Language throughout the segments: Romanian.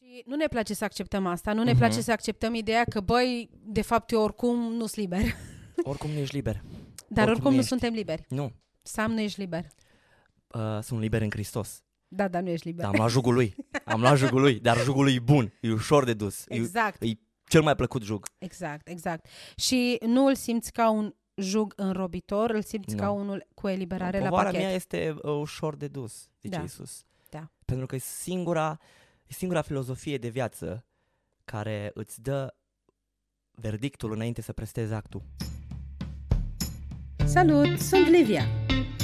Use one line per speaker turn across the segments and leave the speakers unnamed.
Și nu ne place să acceptăm asta, nu ne
Mhm.
place să acceptăm ideea că, băi, de fapt eu oricum nu sunt liber.
Oricum nu ești liber.
Dar
Oricum
oricum,
nu
nu
ești.
suntem liberi.
Nu.
Sam, nu ești liber.
Uh, sunt liber în Hristos.
Da, dar nu ești liber.
Dar am luat jugul lui. Am luat jugul lui, dar jugul lui e bun. E ușor de dus. E
Exact,
cel mai plăcut jug.
exact, exact. Și nu îl simți ca un jug înrobitor, îl simți
Nu.
ca unul cu eliberare la
Povara
pachet.
mea este uh, ușor de dus, zice
Da.
Iisus.
Da.
Pentru că e singura, e singura filozofie de viață care îți dă verdictul înainte să prestezi actul.
Salut, sunt Livia.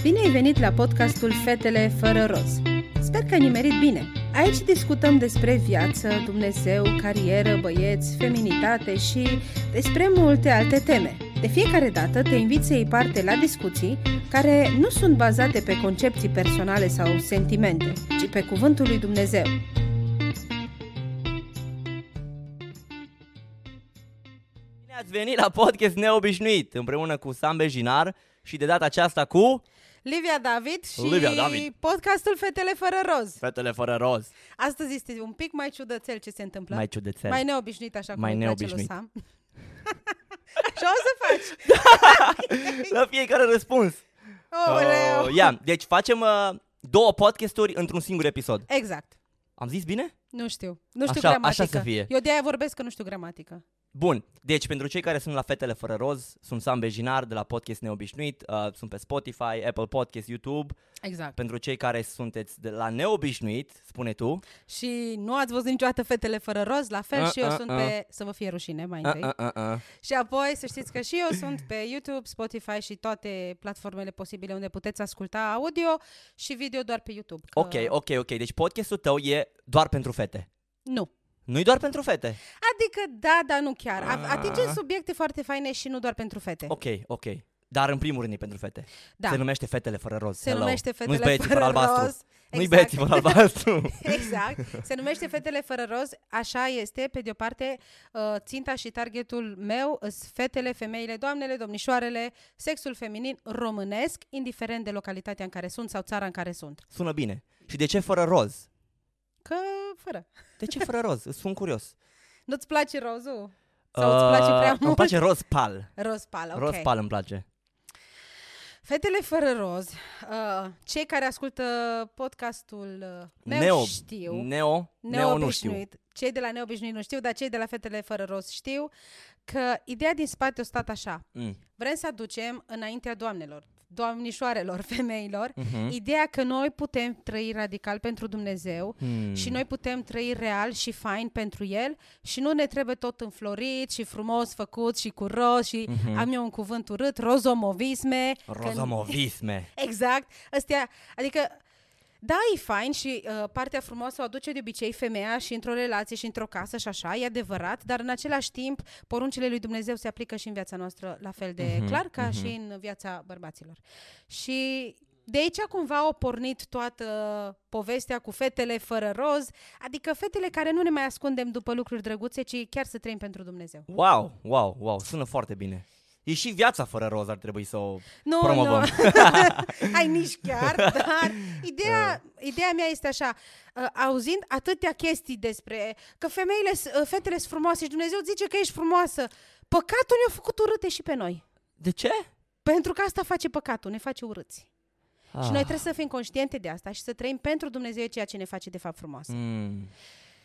Bine ai venit la podcastul Fetele fără roz. Sper că ai nimerit bine. Aici discutăm despre viață, Dumnezeu, carieră, băieți, feminitate și despre multe alte teme. De fiecare dată te invit să iei parte la discuții care nu sunt bazate pe concepții personale sau sentimente, ci pe cuvântul lui Dumnezeu.
Bine ați venit la podcast neobișnuit, împreună cu Sam Bejinar și de data aceasta cu
Livia David și
Livia David.
podcastul Fetele fără roz.
Fetele fără roz.
Astăzi este un pic mai ciudățel ce se întâmplă.
Mai ciudățel.
Mai neobișnuit așa cum
Mai
mai neobișnuit.
neobișnuit.
Sam. Așa o să faci.
La fiecare răspuns.
Oh,
ia, deci facem uh, două podcasturi într-un singur episod.
Exact.
Am zis bine?
Nu știu. Nu știu
Așa- așa
gramatică.
să fie.
Eu de-aia vorbesc că nu știu gramatică.
Bun, deci pentru cei care sunt la Fetele Fără Roz, sunt Sam Bejinar de la Podcast Neobișnuit, uh, sunt pe Spotify, Apple Podcast, YouTube.
Exact.
Pentru cei care sunteți de la Neobișnuit, spune tu.
Și nu ați văzut niciodată fetele fără roz, la fel
A,
și eu
a,
sunt
a.
pe... Să vă fie rușine mai întâi.
Uh, uh, uh, uh.
Și apoi să știți că și eu sunt pe YouTube, Spotify și toate platformele posibile unde puteți asculta audio și video doar pe YouTube. Că...
Ok, ok, ok, deci podcastul tău e doar pentru fete.
Nu.
Nu-i doar pentru fete.
Adică da, dar nu chiar. A-
Ah.
Atingem subiecte foarte faine și nu doar pentru fete.
Ok, ok. Dar în primul rând e pentru fete.
Da.
Se numește Fetele Fără Roz.
Se
Hello.
numește
Nu-i
Fetele
băieții
fără
fără albastru.
roz.
Nu-i
Exact.
băieții fără albastru.
Exact. Se numește Fetele fără roz. Așa este, pe de-o parte, uh, ținta și targetul meu sunt fetele, femeile, doamnele, domnișoarele, sexul feminin românesc, indiferent de localitatea în care sunt sau țara în care sunt.
Sună bine. Și de ce fără roz?
Că fără.
De ce fără roz? Îți spun curios.
Nu-ți place rozul? Sau îți place prea
Uh, Îmi
mult?
place roz pal.
Roz pal, ok.
Roz pal îmi place.
Fetele fără roz, uh, cei care ascultă podcastul uh, meu
Neo,
știu.
Neo, neo nu știu.
Neobișnuit. Cei de la neobișnuit nu știu, dar cei de la fetele fără rost știu că ideea din spate a stat așa.
Mm.
Vrem să aducem înaintea doamnelor, doamnișoarelor, femeilor,
Mhm.
ideea că noi putem trăi radical pentru Dumnezeu
Hmm.
și noi putem trăi real și fain pentru El și nu ne trebuie tot înflorit și frumos făcut și cu roz și
Mhm.
am eu un cuvânt urât, rozomovisme. că-
Rozomovisme.
Exact. Astea, adică, da, e fain și uh, partea frumoasă o aduce de obicei femeia și într-o relație și într-o casă și așa, e adevărat, dar în același timp poruncile lui Dumnezeu se aplică și în viața noastră la fel de clar ca și în viața bărbaților. Și de aici cumva au pornit toată povestea cu fetele fără roz, adică fetele care nu ne mai ascundem după lucruri drăguțe, ci chiar să trăim pentru Dumnezeu.
Wow, wow, wow, sună foarte bine. E și viața fără roz ar trebui să o
Nu, nu.
promovăm.
Ai nici chiar, dar ideea, ideea mea este așa, uh, auzind atâtea chestii despre că femeile, s- uh, fetele sunt frumoase și Dumnezeu zice că ești frumoasă, păcatul ne-a făcut urâte și pe noi.
De ce?
Pentru că asta face păcatul, ne face urâți. Ah. Și noi
Ah.
trebuie să fim conștiente de asta și să trăim pentru Dumnezeu ceea ce ne face de fapt frumoasă. Mm.
Mm.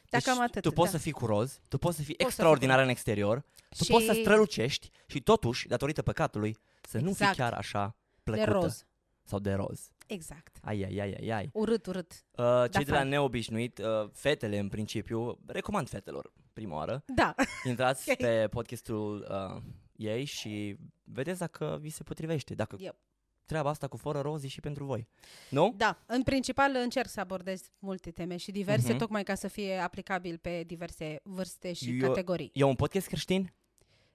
Dacă
deci
am atât,
tu poți
da.
să fii cu roz, tu poți să fii
să
extraordinar în exterior, tu
Și-
poți să strălucești și totuși, datorită păcatului, să nu fii
Exact.
chiar așa
de
plăcută.
roz.
Sau de roz.
Exact.
Ai, ai, ai, ai, ai.
Urât, urât.
Uh, cei
Da,
de la
fain.
neobișnuit, uh, fetele în principiu, recomand fetelor prima oară.
Da.
Intrați
Ok.
pe podcastul uh, ei și vedeți dacă vi se potrivește, dacă
Yep.
treaba asta cu fără roz e și pentru voi. Nu?
Da, în principal încerc să abordez multe teme și diverse,
Mhm.
uh-huh. tocmai ca să fie aplicabil pe diverse vârste și
Eu-
categorii.
E un podcast creștin?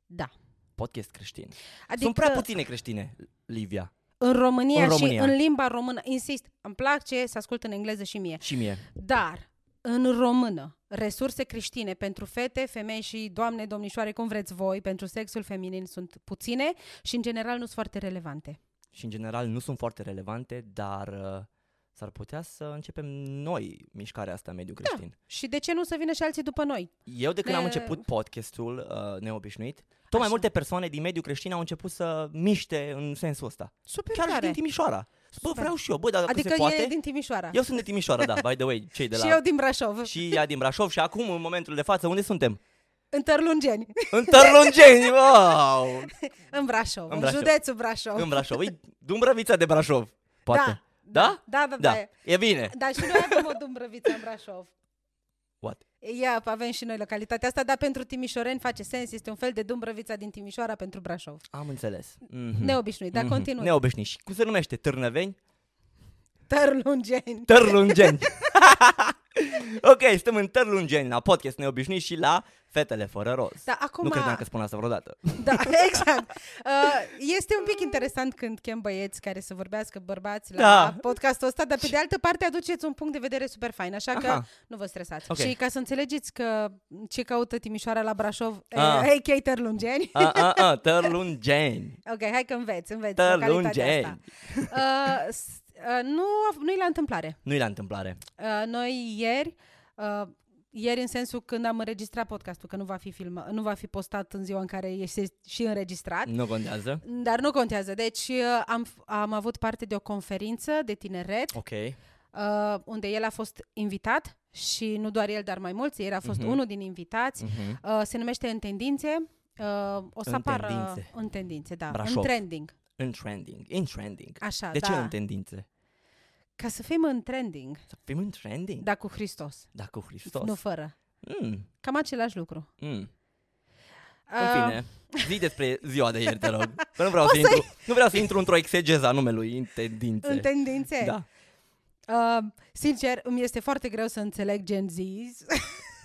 Da.
Podcast creștin.
Adică
Sunt prea puține creștine, Livia.
în, România
În România.
și în limba română, insist, îmi place să ascult în engleză și mie,
Și mie.
dar în română, resurse creștine pentru fete, femei și doamne, domnișoare, cum vreți voi, pentru sexul feminin sunt puține și în general nu sunt foarte relevante.
Și în general nu sunt foarte relevante, dar uh, S-ar putea să începem noi mișcarea asta în
Da.
mediul creștin.
Și de ce nu să vină și alții după noi?
Eu de când am
Ne-
început podcastul uh, neobișnuit, tot Așa. mai
Așa.
multe persoane din mediul creștin au început să miște în sensul ăsta.
Super
Chiar și
tare.
din Timișoara. Bă,
Super.
vreau și eu, bă, dar dacă
adică
se poate...
e din Timișoara.
Eu sunt de Timișoara, da, by the way, cei de la...
Și eu din Brașov.
și ea din Brașov și acum, în momentul de față, unde suntem?
În Tărlungeni.
În Tărlungeni, wow!
În Brașov. În,
Brașov.
județul Brașov.
În Brașov. E Dumbrăvița de Brașov, poate.
Da?
Da?
Da, da, da.
Da,
da.
e bine.
Dar și noi avem o dumbrăviță în Brașov.
What?
Ia, avem și noi localitatea asta, dar pentru timișoreni face sens, este un fel de dumbrăvița din Timișoara pentru Brașov.
Am înțeles. Mm-hmm.
Neobișnuit, dar continuă.
Neobișnuit. Și cum se numește? Târnăveni?
Tărlungeni.
Tărlungeni. ok, stăm în Tărlungeni la podcast neobișnuit și la Fetele fără roz.
Da, acum...
Nu credeam că spun asta vreodată.
Da, exact. Uh, Este un pic interesant când chem băieți care să vorbească bărbați la
Da.
podcastul ăsta, dar pe de altă parte aduceți un punct de vedere super fain, așa că
Aha.
nu vă stresați.
Ok.
Și ca să înțelegeți că ce caută Timișoara la Brașov,
Ah.
ah. hey, Tărlungeni.
A, a, a, Tărlungeni.
Ok, hai că înveți, înveți localitatea asta.
Tărlungeni.
Uh, s- uh, nu, a- nu e la întâmplare.
Nu-i la întâmplare.
Uh, noi ieri, uh, ieri în sensul când am înregistrat podcastul, că nu va fi film, nu va fi postat în ziua în care este și înregistrat,
Nu contează.
dar nu contează. Deci uh, am, f- am avut parte de o conferință de tineret
Ok.
uh, unde el a fost invitat și nu doar el, dar mai mulți. El a fost
Mhm.
unul din invitați.
Mhm.
Uh, se numește În Tendințe. Uh, o să
În
apară
Tendințe.
în tendințe, da,
Brașov.
în trending.
În trending. In trending.
Așa,
De
da.
ce în tendințe?
Ca să fim în trending,
Să fim în trending?
da, cu Hristos,
Da, cu Hristos.
nu fără.
Mm,
Cam același lucru.
mm. În
Uh,
fine, zi despre ziua de ieri, te rog. Că nu vreau, să intru, nu vreau să intru într-o exegeză a numelui, în tendințe.
În tendințe.
Da.
Uh, sincer, îmi este foarte greu să înțeleg Gen Z,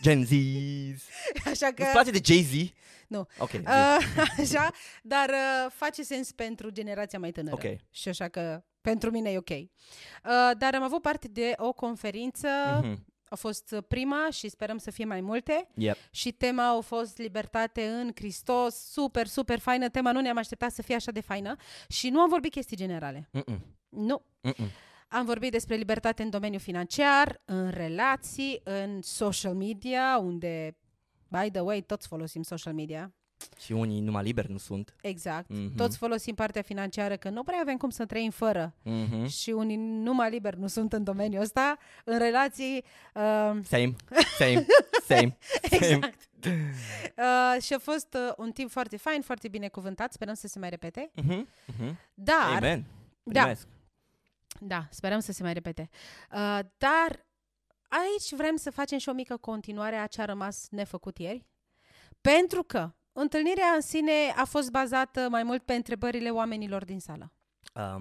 Gen Z's.
așa că...
Îți place de Jay-Z?
Nu.
Ok, zi.
Uh, așa, dar uh, face sens pentru generația mai tânără.
Ok.
Și așa că pentru mine e ok. Uh, dar am avut parte de o conferință,
Mhm.
a fost uh, prima și sperăm să fie mai multe.
Yep.
Și tema a fost libertate în Hristos, super, super faină tema, nu ne-am așteptat să fie așa de faină. Și nu am vorbit chestii generale.
Mm-mm.
Nu.
Mm-mm.
Am vorbit despre libertate în domeniul financiar, în relații, în social media, unde, by the way, toți folosim social media.
Și unii numai liberi nu sunt.
Exact.
Mhm.
Mm-hmm. Toți folosim partea financiară, că nu prea avem cum să trăim fără.
Mm-hmm.
Mm-hmm. Și unii numai liber nu sunt în domeniul ăsta, în relații. Uh,
Same, same, same, same.
exact. Uh, și a fost uh, un timp foarte fain, foarte binecuvântat, sperăm să se mai repete.
Mhm, mhm.
Dar,
Amen.
Da.
Primesc.
da, sperăm să se mai repete. Uh, dar aici vrem să facem și o mică continuare a ce a rămas nefăcut ieri, pentru că întâlnirea în sine a fost bazată mai mult pe întrebările oamenilor din sală.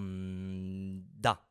Um, da.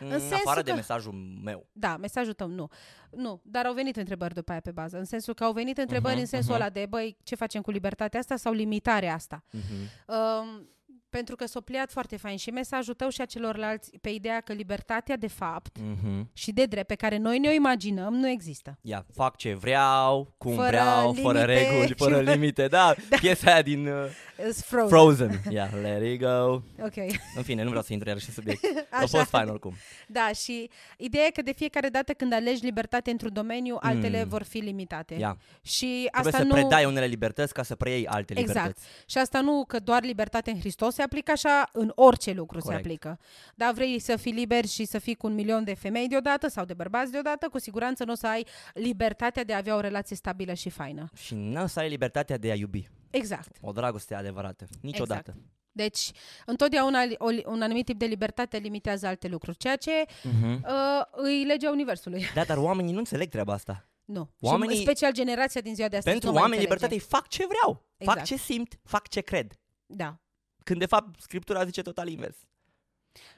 În
sensul
afară de
că-
mesajul meu.
Da, mesajul tău, nu. Nu, dar au venit întrebări după aia pe bază. În sensul că au venit întrebări uh-huh, în sensul uh-huh. ăla de, băi, ce facem cu libertatea asta sau limitarea asta?
Mm-hmm.
Um, pentru că s-a pliat foarte fain și mesajul tău și a celorlalți pe ideea că libertatea, de fapt,
Mm-hmm.
și de drept, pe care noi ne-o imaginăm, nu există.
Ia, fac ce vreau, cum
Fără
vreau, fără
limite
reguli,
și
fără
fără-
limite. Da, da. piesa aia din uh,
It's frozen.
Frozen. Ia, let it go.
Ok.
În fine, nu vreau să intru iarăși în subiect. A
Așa.
fost fain oricum.
Da, și ideea e că de fiecare dată când alegi libertate într-un domeniu, altele mm. vor fi limitate.
Hmm. Ia.
Și asta
Trebuie să
nu...
predai unele libertăți ca să preiei alte
Exact.
libertăți.
Și asta nu că doar libertate în Hristos se aplică, așa în orice lucru
Corect.
se aplică. Dar vrei să fii liber și să fii cu un milion de femei deodată sau de bărbați deodată, cu siguranță nu o să ai libertatea de a avea o relație stabilă și faină.
Și nu o să ai libertatea de a iubi.
Exact.
O dragoste adevărată. Niciodată.
Exact. Deci, întotdeauna li- o li- un anumit tip de libertate limitează alte lucruri, ceea ce
Mhm.
uh, îi legea Universului.
Da, dar oamenii nu înțeleg treaba asta.
Nu.
Oamenii-
Oamenii... Și în special generația din ziua de astăzi.
Pentru
nu mai
oameni
înțelege.
libertatea e fac ce vreau, fac
Exact.
ce simt, fac ce cred.
Da.
Când de fapt Scriptura zice total invers.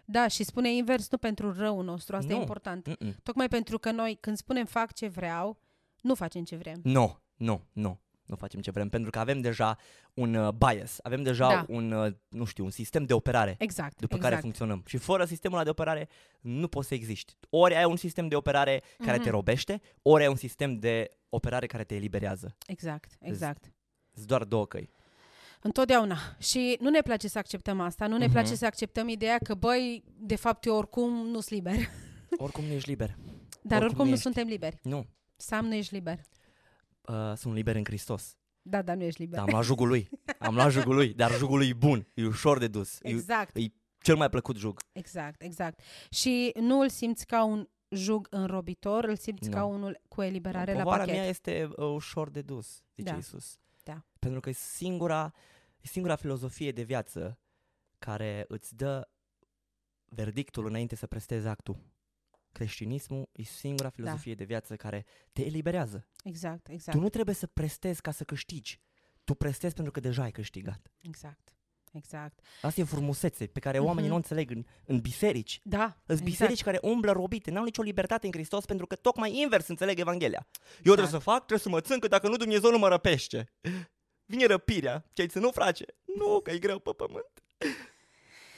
Da, și spune invers, nu pentru răul nostru, asta
Nu.
e important.
Mm-mm.
Tocmai pentru că noi, când spunem fac ce vreau, nu facem ce vrem.
Nu, nu, nu. Nu facem ce vrem, pentru că avem deja un uh, bias, avem deja
Da.
un, uh, nu știu, un sistem de operare
Exact.
după
exact.
care funcționăm. Și fără sistemul ăla de operare nu poți să existi. Ori ai un sistem de operare care
Mhm.
te robește, ori ai un sistem de operare care te eliberează.
Exact, exact.
Sunt doar două căi.
Întotdeauna. Și nu
Mhm.
ne place să acceptăm asta, nu ne place să acceptăm ideea că, băi, de fapt eu oricum nu sunt liber.
Oricum nu ești liber.
Dar
Oricum
oricum nu
ești.
suntem liberi.
Nu.
Sam, nu ești liber.
Uh, sunt liber în Hristos.
Da, dar nu ești liber.
Dar am luat jugul lui. Am luat jugul lui, dar jugul lui e bun. E ușor de dus. E
Exact,
cel mai plăcut jug.
exact, exact. Și nu îl simți ca un jug înrobitor, îl simți
Nu.
ca unul cu eliberare la
Povara
pachet.
mea este uh, ușor de dus, zice
Da.
Iisus.
Da.
Pentru că e singura, e singura filozofie de viață care îți dă verdictul înainte să prestezi actul. Creștinismul e singura
Da.
filozofie de viață care te eliberează.
Exact, exact.
Tu nu trebuie să prestezi ca să câștigi. Tu prestezi pentru că deja ai câștigat.
Exact, exact.
Asta e frumusețe pe care oamenii
Mhm.
nu o înțeleg în, în biserici.
Da,
Sunt biserici
exact.
care umblă robite, n-au nicio libertate în Hristos pentru că tocmai invers înțeleg Evanghelia. Eu trebuie să
Exact.
fac, trebuie să mă țin, că dacă nu Dumnezeu nu mă răpește. Vine răpirea, ce ai ținut, frate? Nu, că e greu pe pământ.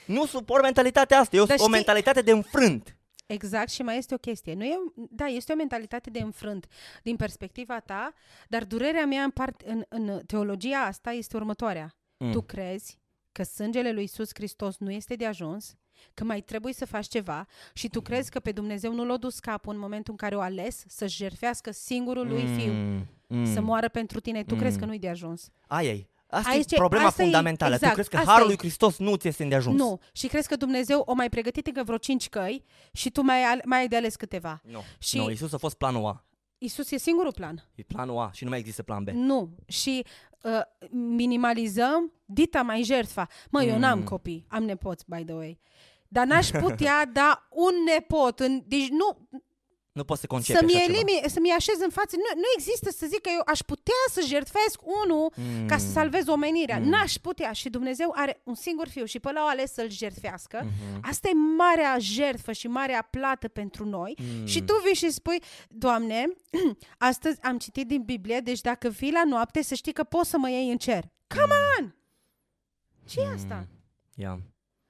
Nu suport mentalitatea asta, eu
Dar
sunt o
știi-
mentalitate de înfrânt.
Exact și mai este o chestie. Nu e, da, este o mentalitate de înfrânt din perspectiva ta, dar durerea mea în, part, în, în teologia asta este următoarea.
Mm.
Mm. Tu crezi că sângele lui Isus Hristos nu este de ajuns, că mai trebuie să faci ceva și tu crezi că pe Dumnezeu nu l-a dus capul în momentul în care o ales să-și jertfească singurul lui mm. fiu,
mm.
să moară pentru tine. Tu mm. crezi că
Mm.
nu-i de ajuns.
Aia e. Asta
Aici
e
e-
problema
asta e-
fundamentală.
exact,
tu crezi că
asta
harul
e.
lui Hristos nu ți este îndeajuns.
Nu. Și crezi că Dumnezeu o mai pregătit încă vreo cinci căi și tu mai, al- mai ai de ales câteva.
Nu.
Și-
nu, Iisus a fost planul A.
Isus e singurul plan.
E planul A și nu mai există plan B.
Nu. Și uh, minimalizăm dita mai jertfa. Mă, eu n-am
Mm.
copii, am nepoți, by the way. Dar n-aș putea da un nepot. În, deci nu,
Nu poți să concepi
să-mi,
așa ceva.
elimi, să-mi așez în față. Nu, nu există să zic că eu aș putea să jertfesc unul
Mm.
ca să salvez omenirea.
Mm.
N-aș putea. Și Dumnezeu are un singur fiu și pe la o ales să-l jertfească.
Mhm.
Asta e marea jertfă și marea plată pentru noi.
Mm.
Și tu vii și spui, Doamne, astăzi am citit din Biblie, deci dacă vii la noapte să știi că poți să mă iei în cer. Come
Mm.
on! ce e asta?
Yeah.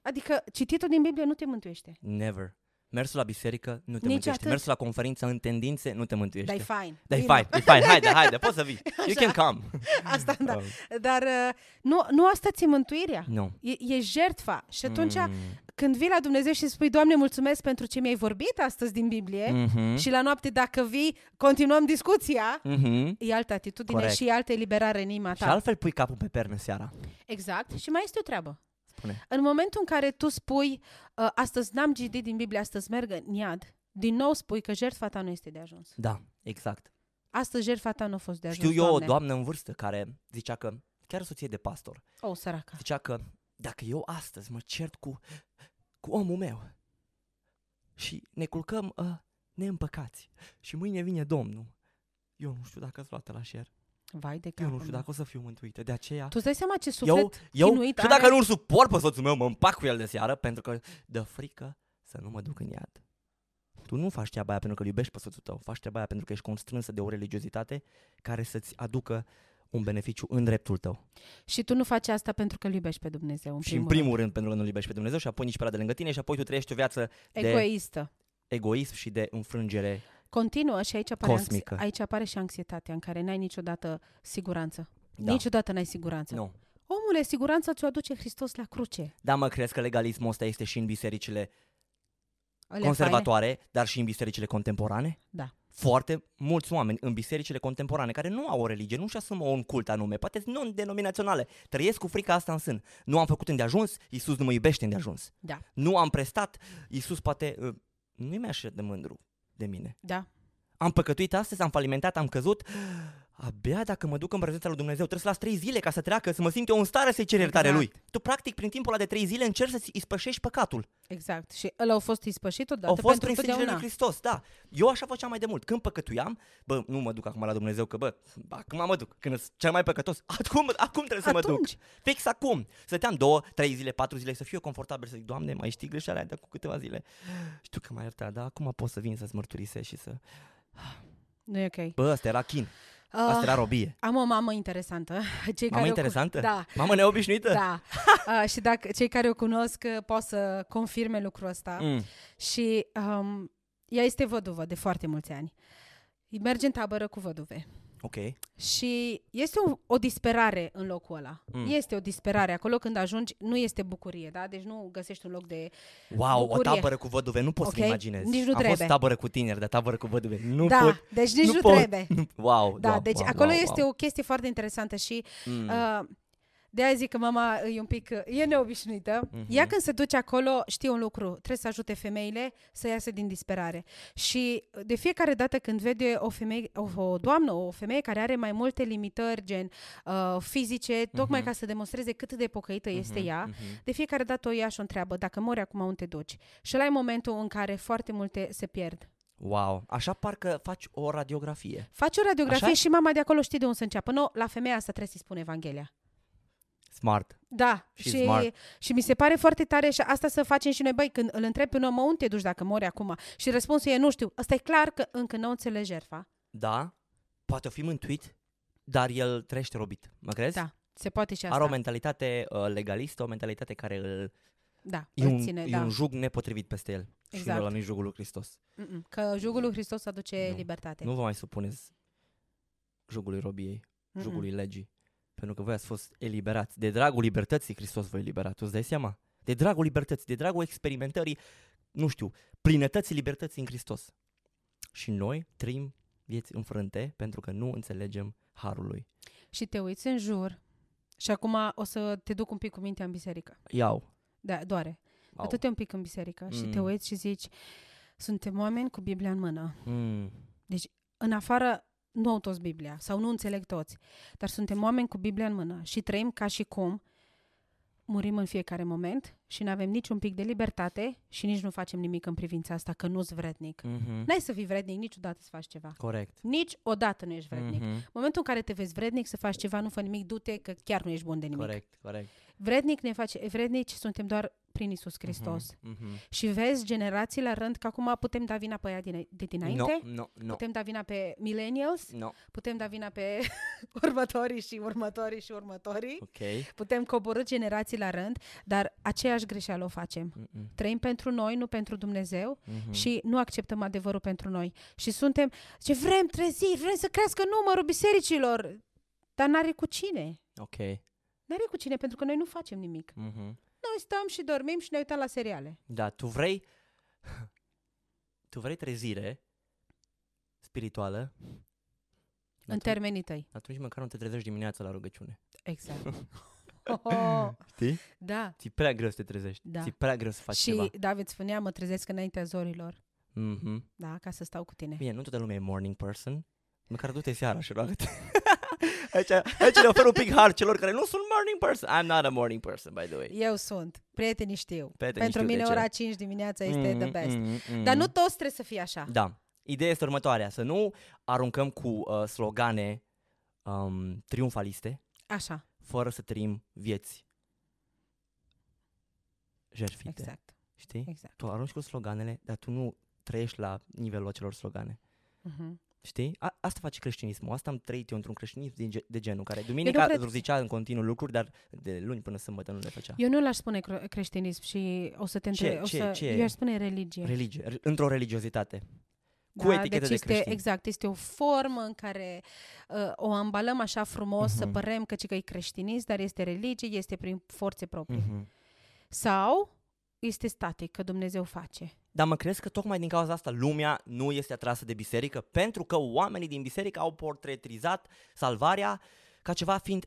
Adică cititul din Biblie nu te mântuiește.
Never. Mersul la biserică nu te
Nici
mântuiește.
atât.
Mersul la conferință în tendințe nu te mântuiește.
Dar e fain.
Dar e
Vino.
fine, e fine, haide, haide, poți să vii. You
Așa.
can come.
Asta, da.
Um,
Dar uh, nu, nu asta ți mântuirea.
Nu.
E, e jertfa. Și atunci,
Mm.
când vii la Dumnezeu și spui, Doamne, mulțumesc pentru ce mi-ai vorbit astăzi din Biblie,
Mhm.
și la noapte, dacă vii, continuăm discuția,
Mhm.
e altă atitudine
Corect.
și e altă eliberare în inima
Și
ta.
altfel pui capul pe pernă seara.
Exact. Și mai este o treabă.
Spune.
În momentul în care tu spui, "Uh, astăzi n-am citit din Biblie, astăzi merg în iad, din nou spui că jertfa ta nu este de ajuns.
Da, exact.
Astăzi jertfa ta nu a fost de ajuns,
Știu eu o
Doamne.
doamnă în vârstă care zicea că, chiar soție de pastor,
O, săraca.
Zicea că dacă eu astăzi mă cert cu, cu omul meu și ne culcăm uh, neîmpăcați și mâine vine Domnul, eu nu știu dacă ați luat la share,
Vai de
eu
capul
nu știu
meu.
dacă o să fiu mântuită, de aceea...
Da, Tu îți dai seama ce suflet
eu, eu
chinuit
și dacă
are-
nu-l suport pe soțul meu, mă împac cu el de seară pentru că dă frică să nu mă duc în iad. Tu nu faci treaba aia pentru că îl iubești pe soțul tău, faci treaba aia pentru că ești constrânsă de o religiozitate care să-ți aducă un beneficiu în dreptul tău.
și tu nu faci asta pentru că îl iubești pe Dumnezeu, în
Și
primul
în primul rând, pentru că nu-L iubești pe Dumnezeu și apoi nici pe ăla de lângă tine și apoi tu trăiești o viață
rând.
de
Egoistă.
egoism și de înfrângere.
Continuă și aici apare,
Cosmică.
anxi- aici apare și anxietatea în care n-ai niciodată siguranță.
Da.
Niciodată n-ai siguranță.
Nu.
Omule, siguranța ți-o aduce Hristos la cruce.
Da, mă, crezi că legalismul ăsta este și în bisericile
Alea
conservatoare, dar și în bisericile contemporane?
Da.
Foarte mulți oameni în bisericile contemporane care nu au o religie, nu-și asumă un cult anume, poate sunt non-denominaționale, trăiesc cu frica asta în sân. Nu am făcut îndeajuns, Iisus nu mă iubește îndeajuns.
Da.
Nu am prestat, Iisus poate uh, nu-i mai așa de mândru de mine.
Da,
Am păcătuit astăzi, am falimentat, am căzut. Abia dacă mă duc în prezența lui Dumnezeu, trebuie să las trei zile ca să treacă, să mă simt eu în stare să-i cer iertare
Exact.
lui. Tu, practic, prin timpul ăla de trei zile încerci să-ți ispășești păcatul.
exact. Și ăla au fost ispășit odată
Au fost prin
Da, pentru
sângele lui
totdeauna.
Hristos, da. Eu așa făceam mai de mult. Când păcătuiam, bă, nu mă duc acum la Dumnezeu, că bă, acum mă duc, când sunt cel mai păcătos. Acum, acum trebuie să mă duc.
Atunci.
Fix acum. Stăteam două, trei zile, patru zile, să fiu eu confortabil, să zic, Doamne, mai știi greșeala aia de cu câteva zile. Știu că m-ai iertat, dar acum pot să vin să-ți mărturisești și să...
Nu e ok. Uh,
Bă, asta era chin, asta
Ah.
era robie.
am o mamă interesantă. Cei
Mamă
care o cu-
interesantă?
Da.
Mamă neobișnuită?
Da. Uh, și dacă cei care o cunosc uh, pot să confirme lucrul ăsta.
Mm.
Și um, ea este văduvă de foarte mulți ani. merge în tabără cu văduve.
Ok.
Și este o, o disperare în locul ăla. Mm. Este o disperare. Acolo când ajungi, nu este bucurie, da? Deci nu găsești un loc de...
Wow,
Bucurie.
o tabără cu văduve, nu pot
Ok,
să-mi imaginez.
nici nu
Am
trebuie.
fost tabără cu tineri, dar tabără cu văduve. Nu
da,
pot.
deci nici nu,
pot.
trebuie.
Nu- Wow,
Da,
wow,
deci
wow,
acolo
wow,
este
wow.
o chestie foarte interesantă și mm. uh, de aia zic că mama e un pic, uh, e neobișnuită.
Mhm.
Mm-hmm. Ea când se duce acolo, știe un lucru, trebuie să ajute femeile să iasă din disperare. Și uh, de fiecare dată când vede o femeie, o, o doamnă, o femeie care are mai multe limitări, gen uh, fizice, tocmai
Mhm.
mm-hmm. ca să demonstreze cât de pocăită mm-hmm. este ea, mm-hmm. de fiecare dată o ia și o întreabă, dacă mori acum, unde te duci? Și la e momentul în care foarte multe se pierd.
Wow, așa parcă faci o radiografie.
Faci o radiografie
Așa?
Așa? și mama de acolo știe de unde să înceapă. Nu, la femeia asta trebuie să-i spune Evanghelia.
Smart.
Da,
Și
și,
smart.
și mi se pare foarte tare și asta să facem și noi, băi, când îl întreb pe un om, "Mă, unde te duci dacă mori acum? Și răspunsul e, nu știu. Ăsta e clar că încă nu înțelege jertfa.
Da, poate o fi mântuit, dar el trăiește robit, mă crezi?
Da, se poate și asta.
Are o mentalitate uh, legalistă, o mentalitate care îl,
Da,
e,
îl
un,
ține,
e
da.
un jug nepotrivit peste el. Și nu
Exact.
la nici jugul lui Hristos.
Mm-mm, Că jugul lui Hristos aduce
Nu.
libertate.
Nu vă mai supuneți jugului robiei,
Mm-mm.
jugului legii. Pentru că voi ați fost eliberați. De dragul libertății, Hristos vă elibera. Tu îți dai seama? De dragul libertății, de dragul experimentării, nu știu, plinătății libertății în Hristos. Și noi trăim vieți înfrânte pentru că nu înțelegem harul lui.
Și te uiți în jur și acum o să te duc un pic cu mintea în biserică.
Iau.
Da, doare.
Au.
Atât un pic în biserică și te
Mm.
uiți și zici, suntem oameni cu Biblia în mână.
Mm.
în afară nu au toți Biblia sau nu înțeleg toți, dar suntem oameni cu Biblia în mână și trăim ca și cum murim în fiecare moment și nu avem niciun pic de libertate și nici nu facem nimic în privința asta, că nu-s vrednic.
Mm-hmm.
N-ai să fii vrednic niciodată să faci ceva.
Corect.
Niciodată nu ești vrednic. În
Mm-hmm.
momentul în care te vezi vrednic să faci ceva, nu fă nimic, du-te că chiar nu ești bun de nimic.
Corect, corect.
Vrednic ne face, vrednici suntem doar prin Isus Hristos.
Mm-hmm.
Și vezi generații la rând că acum putem da vina pe ea din, de dinainte,
No, no, no.
putem da vina pe millennials,
No.
putem da vina pe următorii și următorii și următorii,
Ok.
putem coborâ generații la rând, dar aceeași greșeală o facem.
Mm-mm.
Trăim pentru noi, nu pentru Dumnezeu
Mhm.
și nu acceptăm adevărul pentru noi. Și suntem, ce vrem treziri, vrem să crească numărul bisericilor, dar n-are cu cine.
Ok.
N-are cu cine, pentru că noi nu facem nimic.
Mm-hmm.
Noi stăm și dormim și ne uităm la seriale.
Da, tu vrei tu vrei trezire spirituală.
În
Atunci-
termenii tăi.
Atunci măcar nu te trezești dimineața la rugăciune.
Exact. Oh,
Știi?
da.
Ți prea greu să te trezești.
Da.
Ți prea greu să faci
și
ceva.
David spunea, mă trezesc înaintea zorilor.
Mhm.
Da, ca să stau cu tine.
Bine, nu toată lumea e morning person. Măcar du-te seara și roagă-te. aici, aici le ofer un pic har celor care nu sunt morning person. I'm not a morning person, by the way.
Eu sunt. Prietenii știu.
Prietenii
Pentru
știu de
mine
ce.
ora 5 dimineața este
Mm,
the best.
mm, mm.
Dar nu toți trebuie să fie așa.
Da. Ideea este următoarea. Să nu aruncăm cu uh, slogane um, triumfaliste.
Așa,
fără să trăim vieți jertfite, exact.
exact.
știi?
exact.
Tu arunci cu sloganele, dar tu nu trăiești la nivelul acelor slogane,
Mhm.
știi? A- asta face creștinismul, asta am trăit eu într-un creștinism din ge- de genul care duminica
cred-
îți zicea în continuu lucruri, dar de luni până sâmbătă nu le făcea.
Eu nu l-aș spune cre- creștinism și o să te
Ce-
întreb. o
ce-
să,
ce e?
Eu aș spune religie.
Religie, re- într-o religiozitate. cu
da,
etichetă
deci
de
este,
creștin.
Exact, este o formă în care uh, o ambalăm așa frumos, uh-huh. să
Mhm.
părem că, ci că e creștinism, dar este religie, este prin forțe proprii. Uh-huh.
Mm-hmm.
Sau este static, că Dumnezeu face.
Dar mă crezi că tocmai din cauza asta lumea nu este atrasă de biserică? Pentru că oamenii din biserică au portretizat salvarea ca ceva fiind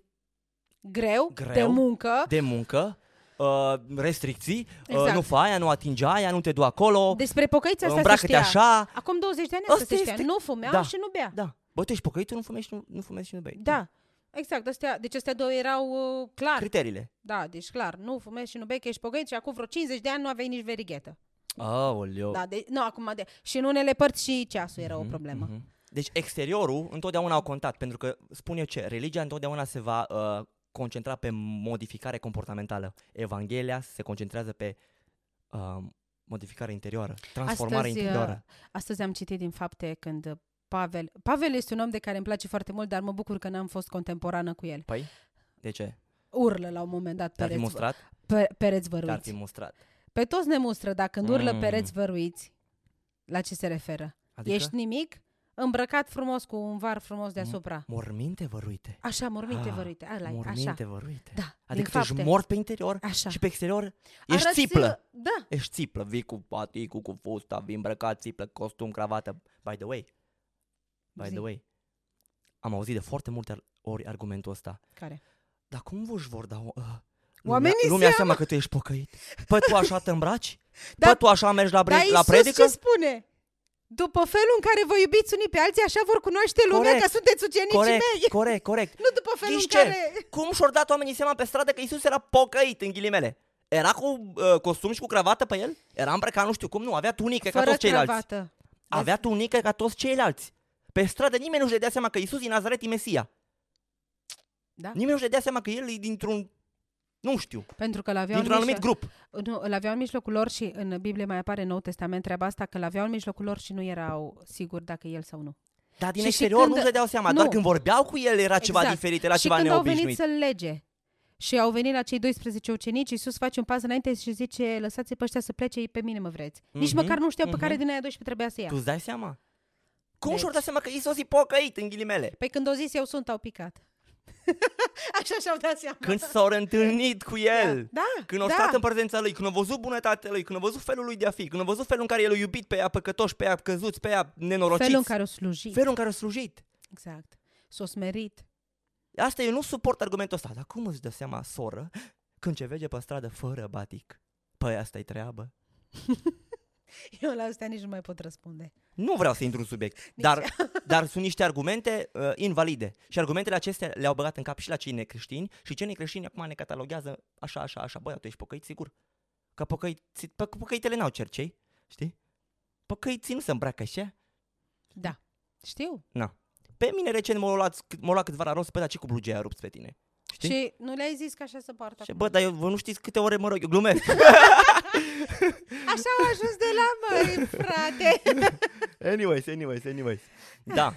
Greu, de
Greu.
muncă,
de muncă, uh, restricții, exact. uh,
Exact.
nu fă aia, nu atinge aia, nu te du acolo, uh,
despre pocăița asta se
îmbracă-te
știa.
așa.
Acum 20 de ani
Asta
asta se știa.
este-
Nu fumea
Da.
da. și nu bea. Da.
Da. Bă, tu ești pocăit, tu nu fumezi, și nu, nu fumezi și nu bei.
da. Exact, astea, deci astea două erau uh, clar.
Criteriile.
Da, deci clar, nu fumezi și nu bei, că ești pogăit și acum vreo 50 de ani nu aveai nici verighetă.
Aoleu.
Da, de, nu, acum de, și în unele părți și ceasul era o problemă.
Oh. Mhm. Deci exteriorul întotdeauna au contat, pentru că spun eu ce, religia întotdeauna se va uh, concentra pe modificare comportamentală. Evanghelia se concentrează pe uh, modificare interioară, transformare
Astăzi, uh,
interioară.
Astăzi am citit din fapte când uh, Pavel... Pavel este un om de care îmi place foarte mult, dar mă bucur că n-am fost contemporană cu el.
Păi, de ce?
Urlă la un moment dat
Te-ar fi
pereți,
mustrat?
pe, pereți
Te-ar fi
văruiți.
mustrat.
Pe toți ne mustră, dar când urlă
Mm.
pereți văruiți, la ce se referă?
Adică?
Ești nimic? îmbrăcat frumos cu un var frumos deasupra.
Morminte văruite.
Așa, morminte
Ah,
văruite, ăla e, așa.
Morminte văruite.
Da,
Adică
din
tu ești
fapte.
mort pe interior
Așa.
și pe exterior ești
Arăți,
țiplă.
Da,
Ești țiplă, vii cu paticul, cu fusta, vii îmbrăcat, țiplă, costum, cravată. By the way, by
Zi.
the way, am auzit de foarte multe ar- ori argumentul ăsta.
care?
Dar cum vă-și vor da o, uh, lumea,
Oamenii
lumea seama că tu ești pocăit? Păi tu așa te îmbraci?
Dar-
Păi tu așa mergi la,
Dar
bre- la
Iisus
predică?
ce spune? După felul în care vă iubiți unii pe alții, așa vor cunoaște lumea
Corect.
că sunteți ucenicii
Corect,
mei.
corect, corect.
Nu după felul
Ghiși
în
ce?
care...
Cum și-au dat oamenii seama pe stradă că Isus era pocăit, în ghilimele? Era cu uh, costum și cu cravată pe el? Era îmbrăcat nu știu cum, nu, avea tunică ca
Fără
toți ceilalți.
cravată.
Avea tunică ca toți ceilalți. Pe stradă nimeni nu-și dădea seama că Isus din Nazaret e Mesia.
Da.
Nimeni nu-și dădea seama că el e dintr-un, nu știu,
Pentru că l-aveau în
dintr-un anumit
mijloc-
grup.
Nu, îl aveau în mijlocul lor și în Biblie mai apare în Nou Testament treaba asta, că l-aveau în mijlocul lor și nu erau siguri dacă e el sau nu.
Dar din
Și- și
exterior
când-
nu-și dădeau seama,
nu.
doar când vorbeau cu el era ceva
Exact.
diferit, era
și
ceva
când
neobișnuit.
au venit să-l lege și au venit la cei 12 ucenici, Iisus face un pas înainte și zice, lăsați-i pe ăștia să plece, ei pe mine mă vreți. Nici
Mhm,
măcar nu știau pe
mhm.
care din aia 12 trebuia să ia.
Tu îți dai seama? Cum
Deci-
și-au dat seama că Isus e pocăit, în ghilimele?
Păi când au zis eu sunt, au picat. Așa și-au dat seama.
Când s-au întâlnit cu el.
Da,
Când au
da.
stat în prezența lui, când au văzut bunătatea lui, când au văzut felul lui de a fi, când au văzut felul în care el a iubit pe ea păcătoși, pe ea căzuți, pe ea nenorociți,
Felul în care o sluji.
felul în care a slujit.
Exact. S-o smerit.
Asta eu nu suport argumentul ăsta. Dar cum îți dă seama, soră, când ce vege pe stradă fără batic? Păi asta e treabă.
Eu la astea nici nu mai pot răspunde.
Nu vreau să intru în subiect, dar, dar sunt niște argumente uh, invalide. Și argumentele acestea le-au băgat în cap și la cei necreștini și cei necreștini acum ne cataloghează așa, așa, așa. Băi, tu ești pocăit, sigur. Că pocăiți, pă, pocăitele n-au cercei, știi? Pocăiții nu se îmbracă așa.
Da. Știu.
Na. Pe mine recent m-au luat, m-au luat câțiva la rost, bă, dar ce cu blugea rupt pe tine? Știi?
Și nu le-ai zis că așa se poartă.
Și
acum?
bă, dar eu, vă nu știți câte ore mă rog, eu glumesc.
Așa au ajuns de la mări, frate.
anyways, anyways, anyways. Da.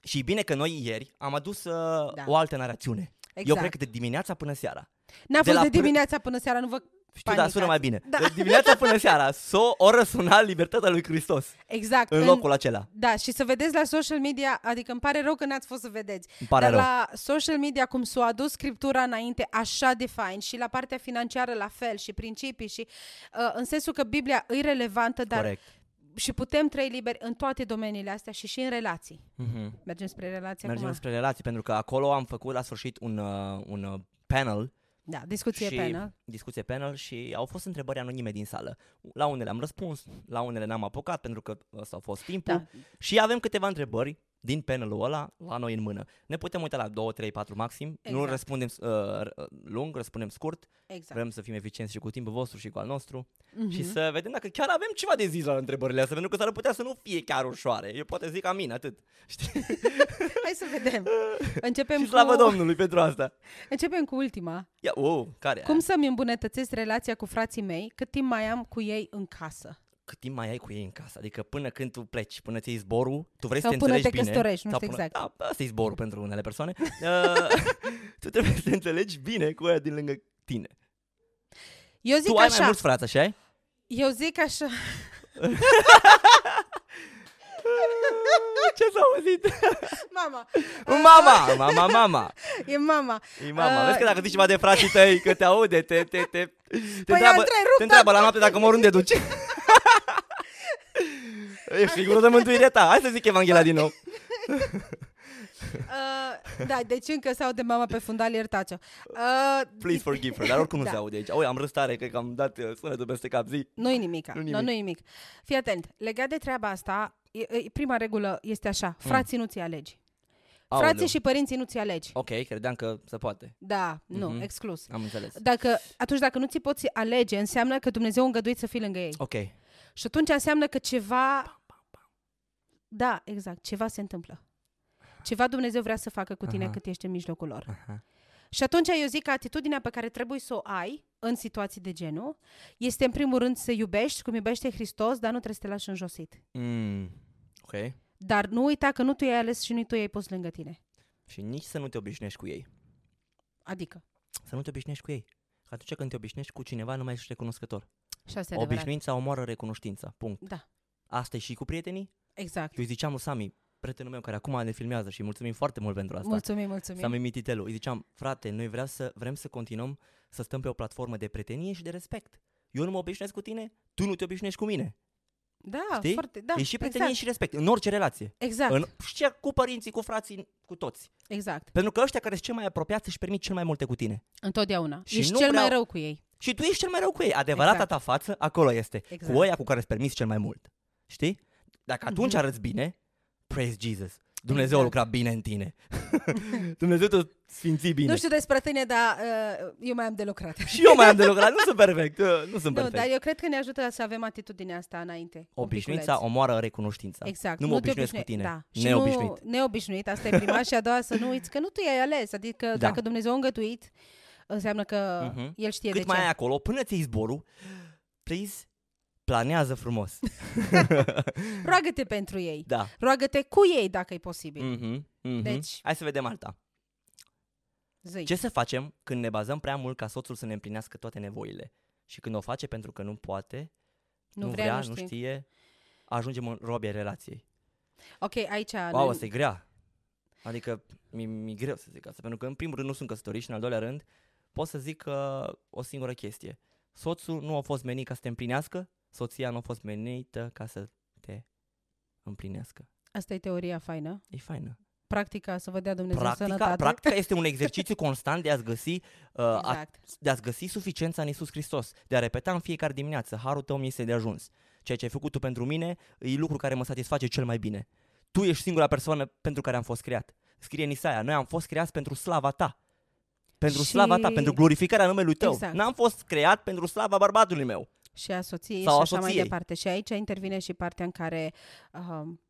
Și e bine că noi ieri am adus uh,
Da.
da. o altă narațiune.
Exact.
Eu cred că de dimineața până seara.
N-a
de
fost
la
de
până-
dimineața până seara, nu vă
Știu, dar sună mai bine.
Da.
Da. De dimineața până seara, s-o o răsuna libertatea lui Hristos
Exact.
în locul acela.
Da, și să vedeți la social media, adică îmi pare rău că n-ați fost să vedeți.
Îmi pare
dar
rău.
la social media, cum s-a adus scriptura înainte, așa de fain și la partea financiară la fel și principii și uh, în sensul că Biblia e relevantă, dar
Corect.
și putem trăi liberi în toate domeniile astea și și în relații.
Mm-hmm.
Mergem spre relații
Mergem
acum?
spre relații, pentru că acolo am făcut la sfârșit un, uh, un uh, panel
Da, discuție
și
penă.
discuție panel și au fost întrebări anonime din sală. La unele am răspuns, la unele n-am apucat pentru că ăsta a fost timpul
Da.
da. și avem câteva întrebări din panelul ăla la noi în mână. Ne putem uita la 2, 3, 4 maxim, exact. nu
Exact.
răspundem uh, r- lung, răspundem scurt,
Exact.
vrem să fim eficienți și cu timpul vostru și cu al nostru mm-hmm. și să vedem dacă chiar avem ceva de zis la întrebările astea, pentru că s-ar putea să nu fie chiar ușoare. Eu poate zic amin, atât. Știi?
Hai să vedem. Începem
și slavă
cu...
Domnului pentru asta.
Începem cu ultima.
Ia, wow, care e
Cum
aia?
să-mi îmbunătățesc relația cu frații mei cât timp mai am cu ei în casă?
cât timp mai ai cu ei în casă. Adică până când tu pleci, până ți iei zborul, tu vrei
Sau
să te
până te
înțelegi bine.
căsătorești, nu
sau
știu exact.
Da, asta e zborul pentru unele persoane. Uh, tu trebuie să te înțelegi bine cu aia din lângă tine.
Eu zic
tu ai mai
așa.
mulți frați, așa e?
Eu zic așa.
Ce s-a auzit?
Mama.
mama, mama, mama.
E mama.
E mama.
Uh,
Vezi că dacă zici ceva de frații tăi, că te aude, te, te,
Păi
te, te,
întrerup,
întreabă, te întreabă la noapte dacă mor unde duci. Ești sigură de mântuirea ta. Hai să zic Evanghelia din nou.
Uh, da, deci încă sau de mama pe fundal, iertați-o. Uh,
Please forgive her, dar oricum nu
Da.
se aude aici. Oi, am râs tare, cred că am dat uh, sunetul peste cap, zi.
Nu-i nimica. Nu,
Nu
nimic.
nimic.
nu, nu-i nimic. Fii atent. Legat de treaba asta, e, e, prima regulă este așa. Frații nu ți alegi.
Mm. Aoleu.
Frații și părinții nu ți alegi.
Ok, credeam că se poate.
Da, nu,
Mhm.
exclus.
Am înțeles.
Dacă, atunci dacă nu ți poți alege, înseamnă că Dumnezeu a îngăduit să fii lângă ei.
Ok.
Și atunci înseamnă că ceva... Da, exact, ceva se întâmplă. Ceva Dumnezeu vrea să facă cu tine Aha.
Aha.
cât ești în mijlocul lor.
Aha.
Și atunci eu zic că atitudinea pe care trebuie să o ai în situații de genul este în primul rând să iubești cum iubește Hristos, dar nu trebuie să te lași înjosit.
Mm. Ok.
Dar nu uita că nu tu i-ai ales și nu tu i-ai pus lângă tine.
Și nici să nu te obișnuiești cu ei.
Adică.
Să nu te obișnuiești cu ei. Că atunci când te obișnuiești cu cineva, nu mai ești recunoscător.
Și asta e adevărat.
Obișnuința omoară recunoștința. Punct.
Da,
Asta e și cu prietenii?
exact.
Eu îi ziceam lui Sami, prietenul meu care acum ne filmează și îi mulțumim foarte mult pentru asta.
Mulțumim, mulțumim.
Sami Mititelu, îi ziceam, frate, noi vrea să, vrem să continuăm să stăm pe o platformă de prietenie și de respect. Eu nu mă obișnuiesc cu tine, tu nu te obișnuiești cu mine.
Da,
Știi?
foarte, da.
e și prietenie
exact,
și respect, în orice relație.
Exact,
În, și chiar cu părinții, cu frații, cu toți.
exact.
Pentru că ăștia care sunt cei mai apropiați își permit cel mai multe cu tine.
Întotdeauna.
Și
Și Ești
nu
cel mai
vreau-
rău cu ei.
Și tu ești cel mai rău cu ei. Adevărata
Exact.
ta față, acolo este.
Exact.
Cu ăia cu care îți permiți cel mai mult. Știi? Dacă atunci
Mhm.
arăți bine, praise Jesus. Dumnezeu
Exact.
a lucrat bine în tine. Dumnezeu te sfinți bine.
Nu știu despre tine, dar uh, eu mai am de lucrat.
Și eu mai am de lucrat, nu sunt perfect. uh, Nu sunt
Nu,
perfect.
dar eu cred că ne ajută să avem atitudinea asta înainte. un piculeț.
Obișnuința omoară recunoștința.
Exact.
Nu mă
te
obișnuiesc cu
obișnui-
tine.
Da. Și
Neobișnuit.
Nu, neobișnuit, asta e prima. și a doua, să nu uiți că nu tu i-ai ales. Adică da. dacă Dumnezeu a îngăduit, înseamnă că
Mhm.
uh-huh. El știe
Cât
de
mai
ce.
ai acolo, până ți iei zborul, please, planează frumos.
Roagă-te pentru ei.
da.
Roagă-te cu ei dacă e posibil. Mm.
Mhm, mhm.
Deci-
Hai să vedem alta.
Zi.
Ce să facem când ne bazăm prea mult ca soțul să ne împlinească toate nevoile? Și când o face pentru că nu poate, nu, vrea, nu știe, ajungem în robia relației.
Ok, aici...
Wow, asta e grea. Adică mi- mi-e greu să zic asta, pentru că în primul rând nu sunt căsătorit și în al doilea rând pot să zic uh, o singură chestie. Soțul nu a fost menit ca să te împlinească, soția nu a fost menită ca să te împlinească.
asta e teoria faină.
E faină.
Practica să vă dea Dumnezeu
Practica,
Deci sănătate.
practica este un exercițiu constant de a-ți găsi, uh, a,
Exact.
de a-ți găsi suficiența în Isus Hristos, de a repeta în fiecare dimineață, harul tău mi este de ajuns. Ceea ce ai făcut tu pentru mine e lucru care mă satisface cel mai bine. Tu ești singura persoană pentru care am fost creat. Scrie în Isaia, noi am fost creați pentru slava ta. Pentru
Și-
slava ta, pentru glorificarea numelui tău.
Exact.
N-am fost creat pentru slava bărbatului meu.
și a soției
Sau
și
a
așa mai
soției.
departe. Și aici intervine și partea în care um,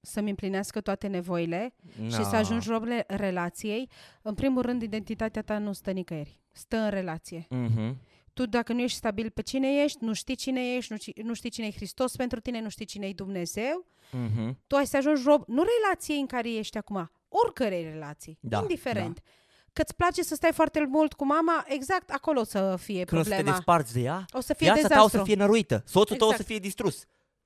să-mi împlinească toate nevoile no. și să ajungi roble relației. În primul rând, identitatea ta nu stă nicăieri. Stă în relație.
Mm-hmm.
Tu dacă nu ești stabil pe cine ești, nu știi cine ești, nu, ci- nu știi cine e Hristos pentru tine, nu știi cine e Dumnezeu,
Mm-hmm.
tu ai să ajungi rob, nu relației în care ești acum, oricărei relații,
Da,
indiferent. Da. Că-ți place să stai foarte mult cu mama, exact acolo să fie
Când o să te
problema.
desparți de ea,
o să fie
viața ta o
dezastru.
să fie năruită, soțul tău o să
Exact.
fie distrus.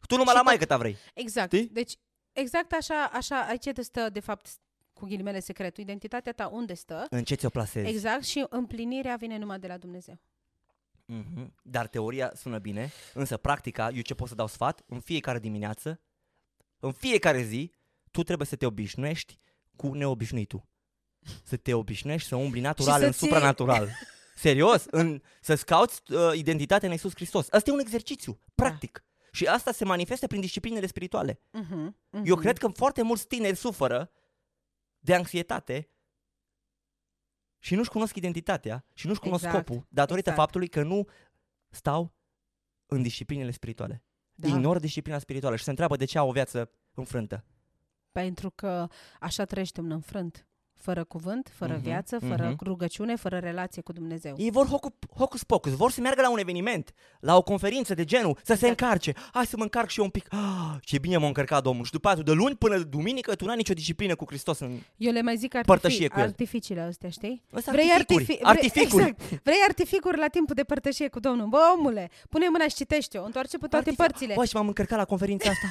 Tu numai
Și
la
tot-
maică ta vrei.
Exact.
Știi?
Deci, exact așa, așa, aici te stă, de fapt, cu ghilimele secretul, identitatea ta unde stă.
În ce ți-o plasezi?
Exact, și împlinirea vine numai de la Dumnezeu.
Mhm. Dar teoria sună bine, însă practica, eu ce pot să dau sfat, în fiecare dimineață, în fiecare zi, tu trebuie să te obișnuiești cu neobișnuitul. Să te obișnuiești să umbli natural
să
în
ții-
supranatural. Serios, în, să-ți cauți uh, identitatea în Iisus Hristos. Asta e un exercițiu, practic.
Da.
Și asta se manifestă prin disciplinele spirituale.
Uh-huh, uh-huh.
Eu cred că foarte mulți tineri suferă de anxietate și nu-și cunosc identitatea și nu-și cunosc
Exact,
scopul datorită
exact.
faptului că nu stau în disciplinele spirituale. Da. Ignoră disciplina spirituală și se întreabă de ce au o viață înfrântă.
Pentru că așa trăiește un înfrânt. Fără cuvânt, fără
Mhm,
uh-huh, viață, fără
mhm.
uh-huh. rugăciune, fără relație cu Dumnezeu.
Ei vor hocu- hocus pocus, vor să meargă la un eveniment, la o conferință de genul, să
Exact.
se încarce. Hai să mă încarc și eu un pic. Ah, ce bine m-a încărcat Domnul. Și după aceea, tu de luni până duminică, tu n-ai nicio disciplină cu Hristos în...
Eu le mai zic
Părtășie
artifi-
cu el.
artificiile astea, știi?
Ăsta
artificuri,
artificuri. Artificuri.
Vrei, exact, vrei artificuri la timpul de părtășie cu Domnul. Bă, omule, pune mâna și citește-o, întoarce pe toate
Artific-
părțile.
Bă, și m-am încărcat la conferința asta.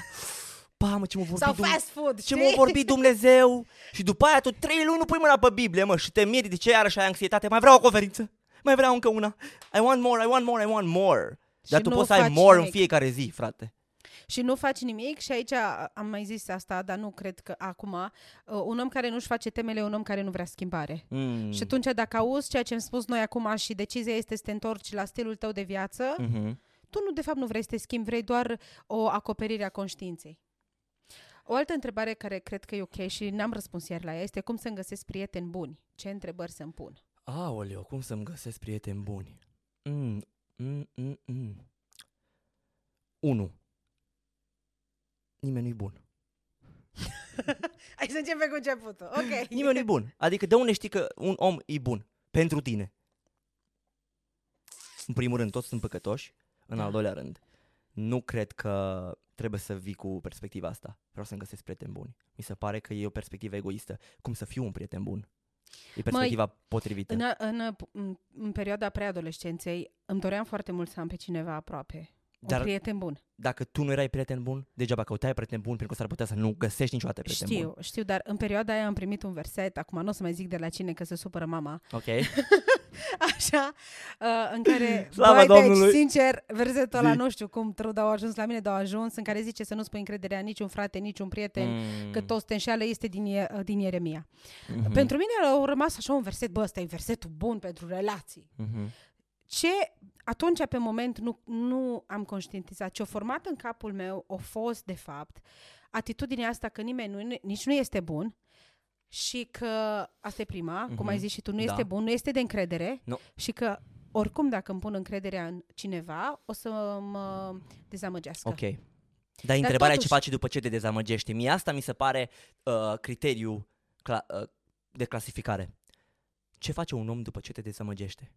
Pamă, ce m-a vorbit,
Sau
Dumne-
fast food,
ce
știi?
m-a vorbit Dumnezeu. Și după aia tu trei luni nu pui mâna pe Biblie, mă, și te miri de ce iarăși ai anxietate. Mai vreau o conferință. Mai vreau încă una. I want more, I want more, I want more. Dar
Și
tu
nu
poți să ai
faci
more în
nimic.
fiecare zi, frate.
Și nu faci nimic și aici a, am mai zis asta, dar nu cred că acum. uh, Un om care nu-și face temele e un om care nu vrea schimbare.
Mm.
Și atunci dacă auzi ceea ce am spus noi acum și decizia este să te întorci la stilul tău de viață,
Mhm.
tu nu de fapt nu vrei să te schimbi, vrei doar o acoperire a conștiinței. O altă întrebare care cred că e ok și n-am răspuns iar la ea este cum să-mi găsesc prieteni buni? Ce întrebări să-mi pun?
Aoleo, cum să-mi găsesc prieteni buni? Mm, mm, mm, mm. Unu. Nimeni nu-i bun.
Hai să începem cu începutul. Ok.
Nimeni nu-i bun. Adică de unde știi că un om e bun? Pentru tine. În primul rând, toți sunt păcătoși. În al
Da.
doilea rând, nu cred că trebuie să vii cu perspectiva asta. Vreau să-mi găsesc prieteni buni. Mi se pare că e o perspectivă egoistă. Cum să fiu un prieten bun? E perspectiva Măi, potrivită.
În, a- în, a- în, în perioada preadolescenței îmi doream foarte mult să am pe cineva aproape. Dar...
Dar-
Un prieten bun.
Dacă tu nu erai prieten bun, degeaba căutai prieten bun, pentru că s-ar putea să nu găsești niciodată prieten
Știu,
bun.
știu, dar în perioada aia am primit un verset, acum nu o să mai zic de la cine că se supără mama,
Ok?
așa, uh, în care,
Slavă
băi,
Domnului!
deci, sincer, versetul ăla,
Zi.
nu știu cum, trud, au ajuns la mine, dar au ajuns, în care zice să nu-ți pui încrederea în niciun frate, niciun prieten, mm. că
Mm.
toți te înșeală, este din, E- din Ieremia.
Mhm.
Mm-hmm. Pentru mine au rămas așa un verset, bă, ăsta e versetul bun pentru relații.
Mhm.
Ce atunci, pe moment, nu, nu am conștientizat, ce a format în capul meu a fost, de fapt, atitudinea asta că nimeni nu, nici nu este bun și că asta e prima, mm-hmm. cum ai
Mhm.
zis și tu, nu
Da.
este bun, nu este de încredere
Nu.
și că oricum dacă îmi pun încrederea în cineva, o să mă dezamăgească.
Ok. Da. Dar întrebarea e
totuși-
ce faci după ce te dezamăgești. Mie asta mi se pare uh, criteriu cla- uh, de clasificare. Ce face un om după ce te dezamăgește?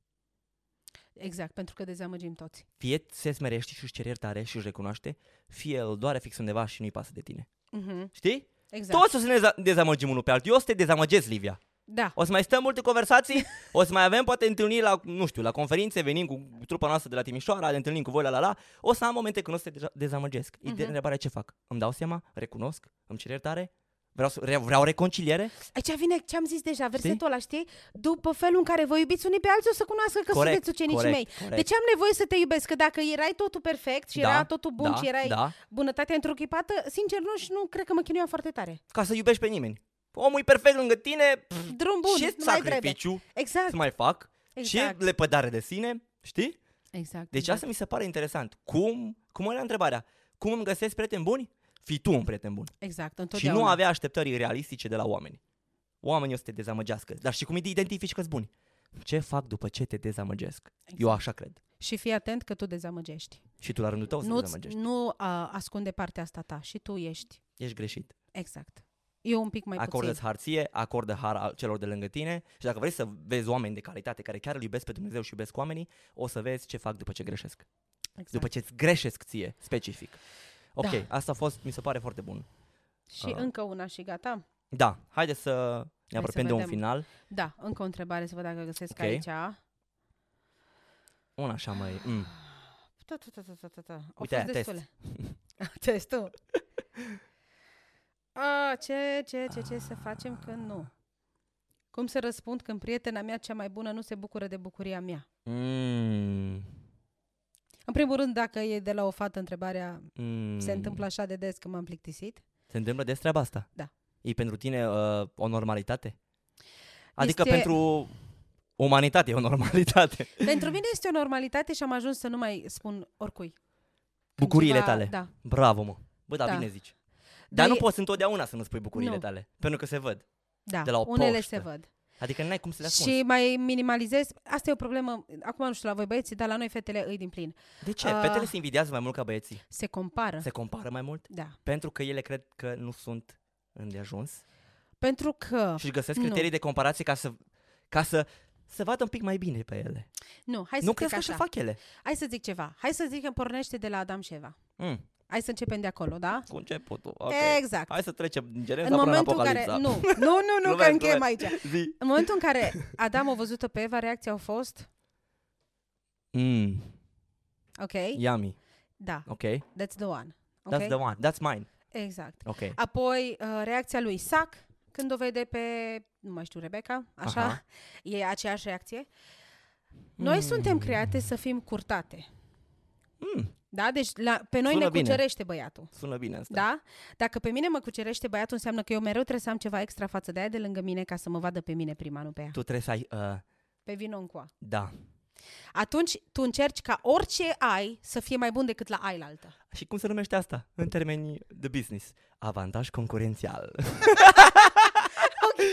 Exact, pentru că dezamăgim toți.
Fie se smerește și își cere iertare și își recunoaște, fie îl doare fix undeva și nu-i pasă de tine.
Mm-hmm.
Știi?
Exact.
Exact. Toți o să ne deza- dezamăgim unul pe altul. Eu o să te dezamăgesc, Livia.
Da.
O să mai stăm multe conversații, o să mai avem poate întâlniri la, nu știu, la conferințe, venim cu trupa noastră de la Timișoara, ne întâlnim cu voi, la la la. O să am momente când o să te deja- dezamăgesc. Uh-huh.
Mhm.
Întrebarea ce fac? Îmi dau seama? Recunosc? Îmi cer iertare? Vreau, să, re- vreau reconciliere?
Aici vine ce am zis deja, versetul ăla, știi? După felul în care vă iubiți unii pe alții, o să cunoască că
Corect,
sunteți ucenicii
corect,
mei.
corect.
Deci am nevoie să te iubesc, că dacă erai totul perfect și
Da,
era totul bun
da,
și erai
da.
bunătatea întruchipată, sincer, nu, și nu cred că mă chinuiam foarte tare.
Ca să iubești pe nimeni. Omul e perfect lângă tine, pf,
Drum bun,
ce
nu mai trebuie.
sacrificiu
Exact,
să mai fac,
Exact.
ce lepădare de sine, știi?
exact.
Deci asta mi se pare interesant. Cum, cum era întrebarea? Cum îmi găsesc prieteni buni? Fii tu un prieten bun.
Exact,
Și
întotdeauna.
nu avea așteptări realistice de la oameni. Oamenii o să te dezamăgească, dar și cum îi identifici că-s buni. Ce fac după ce te dezamăgesc? Eu
Exact.
așa cred.
Și fii atent că tu dezamăgești.
Și tu la rândul tău o să
Nu,
dezamăgești.
nu a, ascunde partea asta ta și tu ești.
Ești greșit.
Exact. Eu un pic mai
Acordă-ți
puțin.
harție, acordă har al celor de lângă tine și dacă vrei să vezi oameni de calitate care chiar îl iubesc pe Dumnezeu și iubesc oamenii, o să vezi ce fac după ce greșesc. Exact.
Exact.
După ce îți greșesc ție, specific. Ok,
Da.
da. asta a fost, mi se pare foarte bun.
Și
Ah.
încă una și gata.
Da, haide să ne
să
apropiem de un
vedem.
final.
Da, încă o întrebare să văd dacă găsesc
Ok.
aici.
Una așa mai... Mm.
Ta, ta, ta, ta, ta, ta, ta. Au
Uite
fost
aia, test.
destule. Testul. A, ce, ce, ce, ce să facem când nu? Cum să răspund când prietena mea cea mai bună nu se bucură de bucuria mea?
Mm.
În primul rând, dacă e de la o fată întrebarea
Mm.
mm. se întâmplă așa de des că m-am plictisit?
Se întâmplă des treaba asta?
Da.
E pentru tine uh, o normalitate? Adică
Este-
pentru umanitate e o normalitate.
Pentru mine este o normalitate și am ajuns să nu mai spun oricui. Când
Bucuriile
cineva-
tale.
Da.
Bravo, mă. Bă, dar
Da.
da. bine zici.
Dar
Dar nu
e-
poți întotdeauna să nu spui bucuriile
Nu.
tale, pentru că se văd.
Da,
de la o
unele se
poștă.
văd.
Adică n-ai cum să le ascunzi.
Și mai minimalizez. Asta e o problemă, acum nu știu la voi băieții, dar la noi fetele îi din plin.
De ce?
Ah.
Uh... Fetele se invidiază mai mult ca băieții.
Se compară. Se...
Se compară mai mult
Da.
pentru că ele cred că nu sunt îndeajuns
Pentru că...
și își găsesc
nu.
criterii de comparație ca să ca să să vadă un pic mai bine pe ele.
Nu, hai să
nu
zic
crezi că
așa.
așa fac ele.
Hai să zic ceva. Hai să zic că pornește de la Adam și Eva.
Mm.
Hai să începem de acolo, da?
Cu începutul. Okay.
Exact.
Hai să trecem din Geneza
în
până
momentul în care...
Apocalipsa.
Nu, nu, nu, nu că
Glumesc,
încheiem
glumesc.
aici.
Zi.
În momentul în care Adam a văzut-o pe Eva, reacția a fost...
Mm,
Ok?
yummy.
Da,
Ok.
that's the one.
That's
Ok?
the one. That's mine.
Exact.
Ok.
Apoi, uh, reacția lui Isaac, când o vede pe, nu mai știu, Rebecca, așa, Aha.
Aha. Hmm.
e aceeași reacție. Noi mm. suntem create să fim curtate.
Mm,
Da? Deci la, pe noi
Sună
ne
bine.
cucerește băiatul.
sună bine asta.
Da? Dacă pe mine mă cucerește băiatul, înseamnă că eu mereu trebuie să am ceva extra față de aia de lângă mine ca să mă vadă pe mine prima, nu pe ea.
Tu trebuie să ai... Uh,
Pe vino încoa.
da.
Atunci tu încerci ca orice ai să fie mai bun decât la ailaltă.
Și cum se numește asta? În termenii de business. Avantaj concurențial.
Ok.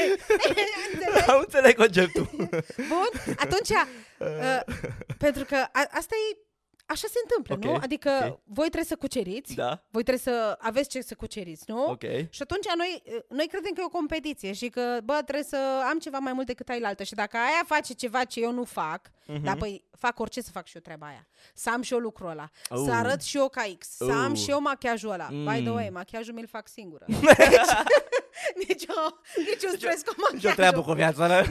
Înțelegi?
Am înțeles conceptul.
Bun, atunci, uh, pentru că a, asta e, așa se întâmplă,
Ok,
nu? Adică
ok.
voi trebuie să cuceriți,
da.
voi trebuie să aveți ce să cuceriți, nu?
Ok.
Și atunci noi, noi credem că e o competiție și că, bă, trebuie să am ceva mai mult decât ailaltă și dacă aia face ceva ce eu nu fac,
Mhm.
mm-hmm. dar păi fac orice să fac și eu treaba aia. Să am și eu lucrul ăla, să
Oh.
arăt și eu ca X, să am
Oh.
și eu machiajul ăla. By the
Mm.
way, machiajul mi-l fac singură. nicio, niciun stres cu
Nici o
machiajul.
treabă cu viața mea.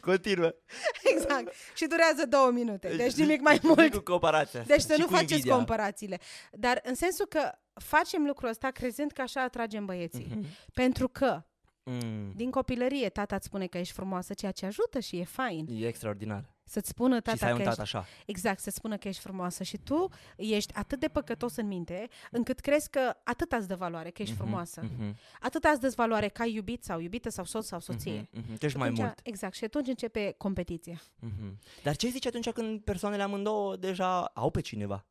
Continuă.
Exact. Și durează două minute, deci nimic mai mult.
Cu comparația asta
Deci să
și
nu
cu
faceți
invidia.
comparațiile. Dar în sensul că facem lucrul ăsta crezând că așa atragem băieții.
Mhm.
Pentru că
Mm,
din copilărie tata îți spune că ești frumoasă, ceea ce ajută și e fain.
e extraordinar.
Să-ți spună tata
și să ai
că
un tată
ești...
așa.
Exact, să spună că ești frumoasă și tu ești atât de păcătos în minte, încât crezi că atât îți dă valoare, că ești frumoasă.
mhm.
Atât îți dă valoare că ai iubit sau iubită sau soț sau soție.
Mhm, mhm, Ești mai
Atunci,
mult.
Exact, și atunci începe competiția.
Mm-hmm. Dar ce zici atunci când persoanele amândouă deja au pe cineva?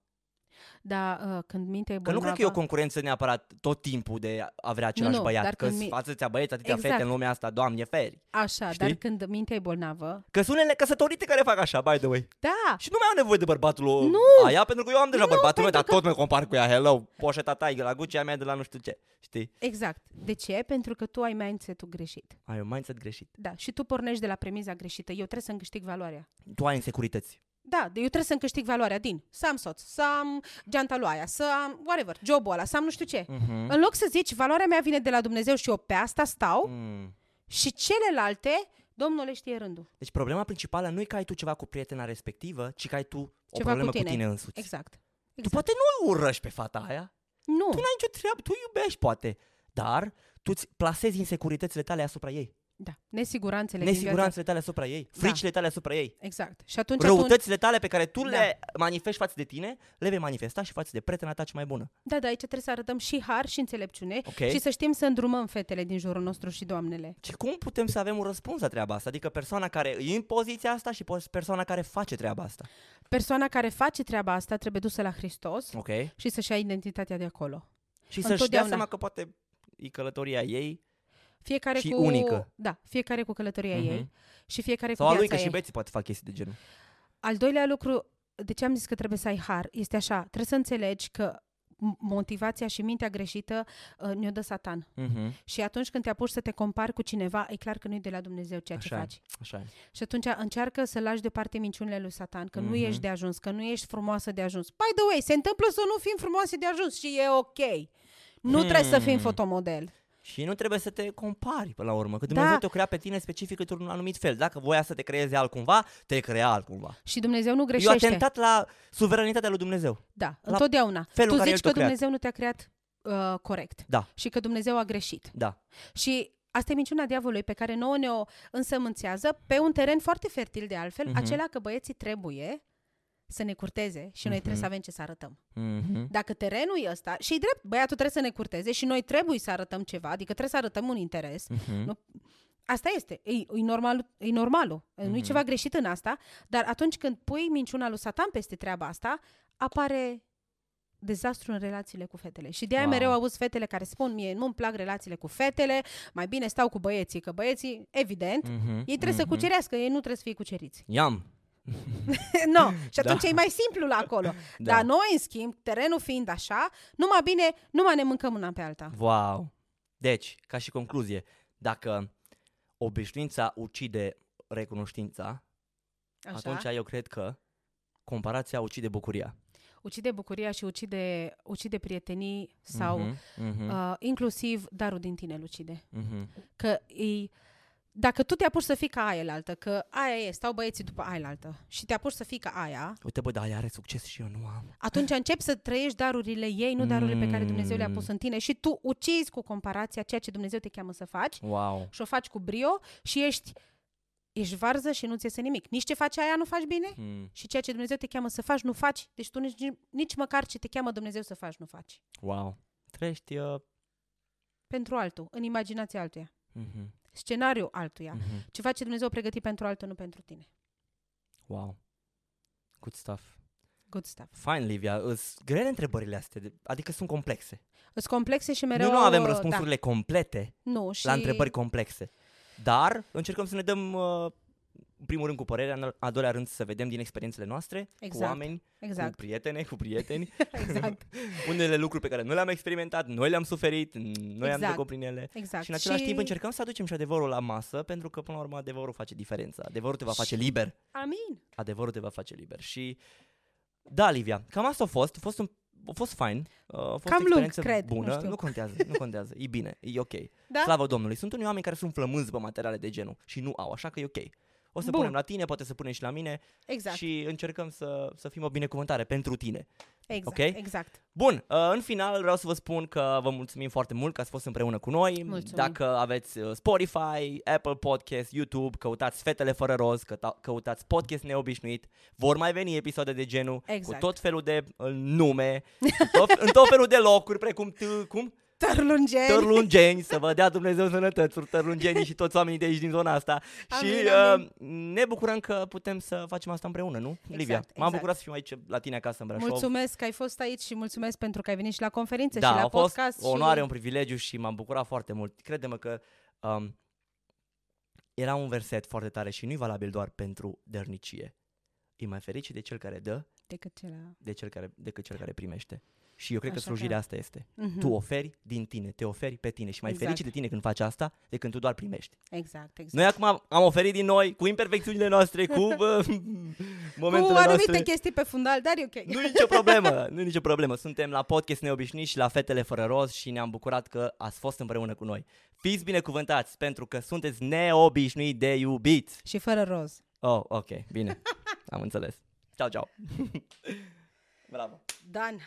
Dar uh, când mintea e
Că nu
bolnavă...
cred că e o concurență neapărat tot timpul de a vrea același
nu,
băiat.
dar
Că
când
sunt
mi-
atâția băieți, atâția
Exact.
fete în lumea asta, doamne feri.
Așa,
Știi?
dar când mintea e bolnavă...
Că sunt unele căsătorite care fac așa, by the way.
Da,
Și nu mai au nevoie de bărbatul
Nu!
aia, pentru că eu am deja
Nu,
bărbatul meu,
pentru
dar tot mă compar cu ea. Hello, poșeta ta e de la Gucci, a mea e de la nu știu ce. Știi?
exact. De ce? Pentru că tu ai mindset-ul greșit.
Ai un mindset greșit.
Da, și tu pornești de la premiza greșită. Eu trebuie să-mi câștig valoarea.
Tu ai insecurități.
Da, de- eu trebuie să-mi câștig valoarea din să am soț, să am geanta lui aia, să am whatever, jobul ăla, să am nu știu ce.
Mhm.
În loc să zici, valoarea mea vine de la Dumnezeu și eu pe asta stau
Mm.
și celelalte, Domnul le știe rândul.
Deci problema principală nu e că ai tu ceva cu prietena respectivă, ci că ai tu o
Ceva
problemă
cu tine.
însuți.
Exact.
Tu poate nu urăști pe fata aia,
Nu.
tu n-ai nicio treabă, tu iubești poate, dar tu îți plasezi insecuritățile tale asupra ei,
Da, nesiguranțele. din viața-
nesiguranțele tale asupra ei,
Da.
fricile tale asupra ei,
Exact. Și atunci, atunci
răutățile tale pe care tu
Da.
le manifesti față de tine, le vei manifesta și față de prietena ta cea mai bună.
da, da, aici trebuie să arătăm și har și înțelepciune
Ok.
și să știm să îndrumăm fetele din jurul nostru și doamnele.
Și cum putem să avem un răspuns la treaba asta? Adică persoana care e în poziția asta și pos- persoana care face treaba asta.
Persoana care face treaba asta trebuie dusă la Hristos
Ok?
și să-și ia identitatea de acolo.
Și să-și dea
Întotdeauna.
seama că poate e călătoria ei
Fiecare
Și
cu...
unică.
Da, fiecare cu călătoria
Mhm.
ei și fiecare
sau
cu
a
viața
lui, că
ei.
și beții poate fac chestii de genul.
Al doilea lucru, de ce am zis că trebuie să ai har, este așa, trebuie să înțelegi că m- motivația și mintea greșită uh, ne-o dă satan.
Mm-hmm.
Și atunci când te apuci să te compari cu cineva, e clar că nu e de la Dumnezeu ceea ce
Așa e.
faci.
Așa e.
Și atunci încearcă să lași deoparte minciunile lui Satan, că nu
Mhm.
ești de ajuns, că nu ești frumoasă de ajuns. By the way, se întâmplă să nu fim frumoase de ajuns și e ok. Nu
Hmm.
trebuie să fim fotomodel.
Și nu trebuie să te compari până la urmă, că Dumnezeu
Da.
te-o crea pe tine specific într-un anumit fel. Dacă voia să te creeze altcumva, te crea altcumva.
Și Dumnezeu nu
Eu
greșește.
atentat la suveranitatea lui Dumnezeu.
Da, întotdeauna.
felul
Tu
care
zici
El te-a
că
creat.
Dumnezeu nu te-a creat uh, corect
Da,
și că Dumnezeu a greșit.
da.
Și asta e minciuna diavolului pe care nouă ne-o însămânțează pe un teren foarte fertil de altfel,
Mhm.
acela că băieții trebuie să ne curteze și noi
Mhm.
trebuie să avem ce să arătăm.
Mm-hmm.
Dacă terenul e ăsta, și drept, băiatul trebuie să ne curteze și noi trebuie să arătăm ceva, adică trebuie să arătăm un interes.
Mm-hmm.
Nu- Asta este, e, e, normal, e normalul, mm-hmm. nu-i
Mhm.
ceva greșit în asta, dar atunci când pui minciuna lui Satan peste treaba asta, apare dezastru în relațiile cu fetele. Și de-aia
Wow.
wow. mereu auzi fetele care spun mie nu-mi plac relațiile cu fetele, mai bine stau cu băieții, că băieții, evident, mm-hmm.
Mm-hmm.
ei trebuie mm-hmm. să cucerească, ei nu trebuie să fie cuceriți.
Iam.
no, și atunci
Da.
da. e mai simplu la acolo.
Da.
Da. Dar noi, în schimb, terenul fiind așa, numai bine, numai ne mâncăm una pe alta.
Wow. Deci, ca și concluzie, dacă obișnuința ucide recunoștința,
Așa.
atunci eu cred că comparația ucide bucuria.
Ucide bucuria și ucide, ucide prietenii sau
Mhm, mhm,
uh, inclusiv darul din tine îl ucide.
mhm.
Că e, dacă tu te apuci să fii ca aia altă, că aia e, stau băieții după aia altă și te apuci să fii ca aia,
Uite, bă, dar ea are succes și eu nu am.
atunci începi să trăiești darurile ei, nu darurile pe care Dumnezeu le-a pus
Mm.
în tine și tu ucizi cu comparația ceea ce Dumnezeu te cheamă să faci
Wow.
și o faci cu brio și ești, ești varză și nu-ți iese nimic. Nici ce face aia nu faci bine
Mm.
și ceea ce Dumnezeu te cheamă să faci nu faci. Deci tu nici, nici măcar ce te cheamă Dumnezeu să faci nu faci.
Wow. Trăiești... Uh...
Pentru altul, în imaginația altuia,
Mhm,
scenariul altuia.
mhm.
Ceva ce Dumnezeu a pregătit pentru altul, nu pentru tine.
Wow. Good stuff.
Good stuff.
Fine, Livia. Îs grele întrebările astea, de- adică sunt complexe.
Sunt complexe și mereu...
Noi nu avem
uh,
răspunsurile complete
Da, nu, și...
la întrebări complexe, dar încercăm să ne dăm, uh, în primul rând, cu părerea, în al- al doilea rând să vedem din experiențele noastre, cu
Exact,
oameni, cu
Exact,
prietene, cu prieteni,
exact,
unele lucruri pe care noi le-am experimentat, noi le-am suferit, noi am trecut
Exact.
prin ele.
exact.
Și în același timp încercăm să aducem și adevărul la masă, pentru că până la urmă adevărul face diferența, adevărul te va face
Și-
liber.
Amin.
adevărul te va face liber. Și da, Livia, cam asta a fost. A fost un a fost fain, uh, a fost
Cam
o
lung,
experiență
cred, nu
bună,
știu.
nu contează, nu contează, e bine, e ok.
Da?
Slavă Domnului, sunt unii oameni care sunt flămânzi pe materiale de genul și nu au, așa că e ok. O să
Bun.
punem la tine, poate să punem și la mine
Exact,
și încercăm să, să fim o binecuvântare pentru tine.
exact,
ok?
exact.
Bun, uh, în final vreau să vă spun că vă mulțumim foarte mult că ați fost împreună cu noi.
Mulțumim.
Dacă aveți uh, Spotify, Apple Podcast, YouTube, căutați Fetele Fără Roz, căta- căutați podcast neobișnuit, vor mai veni episoade de genul
Exact.
cu tot felul de uh, nume, cu tot, în tot felul de locuri, precum t- cum?
Tărlungeni,
Tărlungeni, să vă dea Dumnezeu sănătăți, tărlungeni și toți oamenii de aici din zona asta.
Amin,
și
amin.
Uh, ne bucurăm că putem să facem asta împreună, nu? Livia, m-am
exact.
bucurat să fiu aici la tine acasă în Brașov.
mulțumesc că ai fost aici și mulțumesc pentru că ai venit și la conferință
Da,
și la
a fost
podcast.
o onoare,
și...
un privilegiu și m-am bucurat foarte mult. Crede-mă că um, era un verset foarte tare și nu-i valabil doar pentru dărnicie. E mai fericit de cel care dă
Decât cela...
de cel care, decât cel care primește. Și eu cred că
Așa că-
slujirea asta este.
Mhm,
Tu oferi din tine, te oferi pe tine și mai
Exact.
exact. fericit de tine când faci asta de când tu doar primești.
Exact, exact.
Noi acum am- am oferit din noi cu imperfecțiunile noastre, cu bă,
Cu
momentele
anumite
noastre.
chestii pe fundal, dar e ok.
Nu e nicio problemă, nu e nicio problemă. Suntem la podcast neobișnuiți și la Fetele Fără Roz și ne-am bucurat că ați fost împreună cu noi. Fiți binecuvântați pentru că sunteți neobișnuiți de iubiți.
Și fără roz.
Oh, ok, bine. Am înțeles. Ciao, ciao. Bravo.
Dan.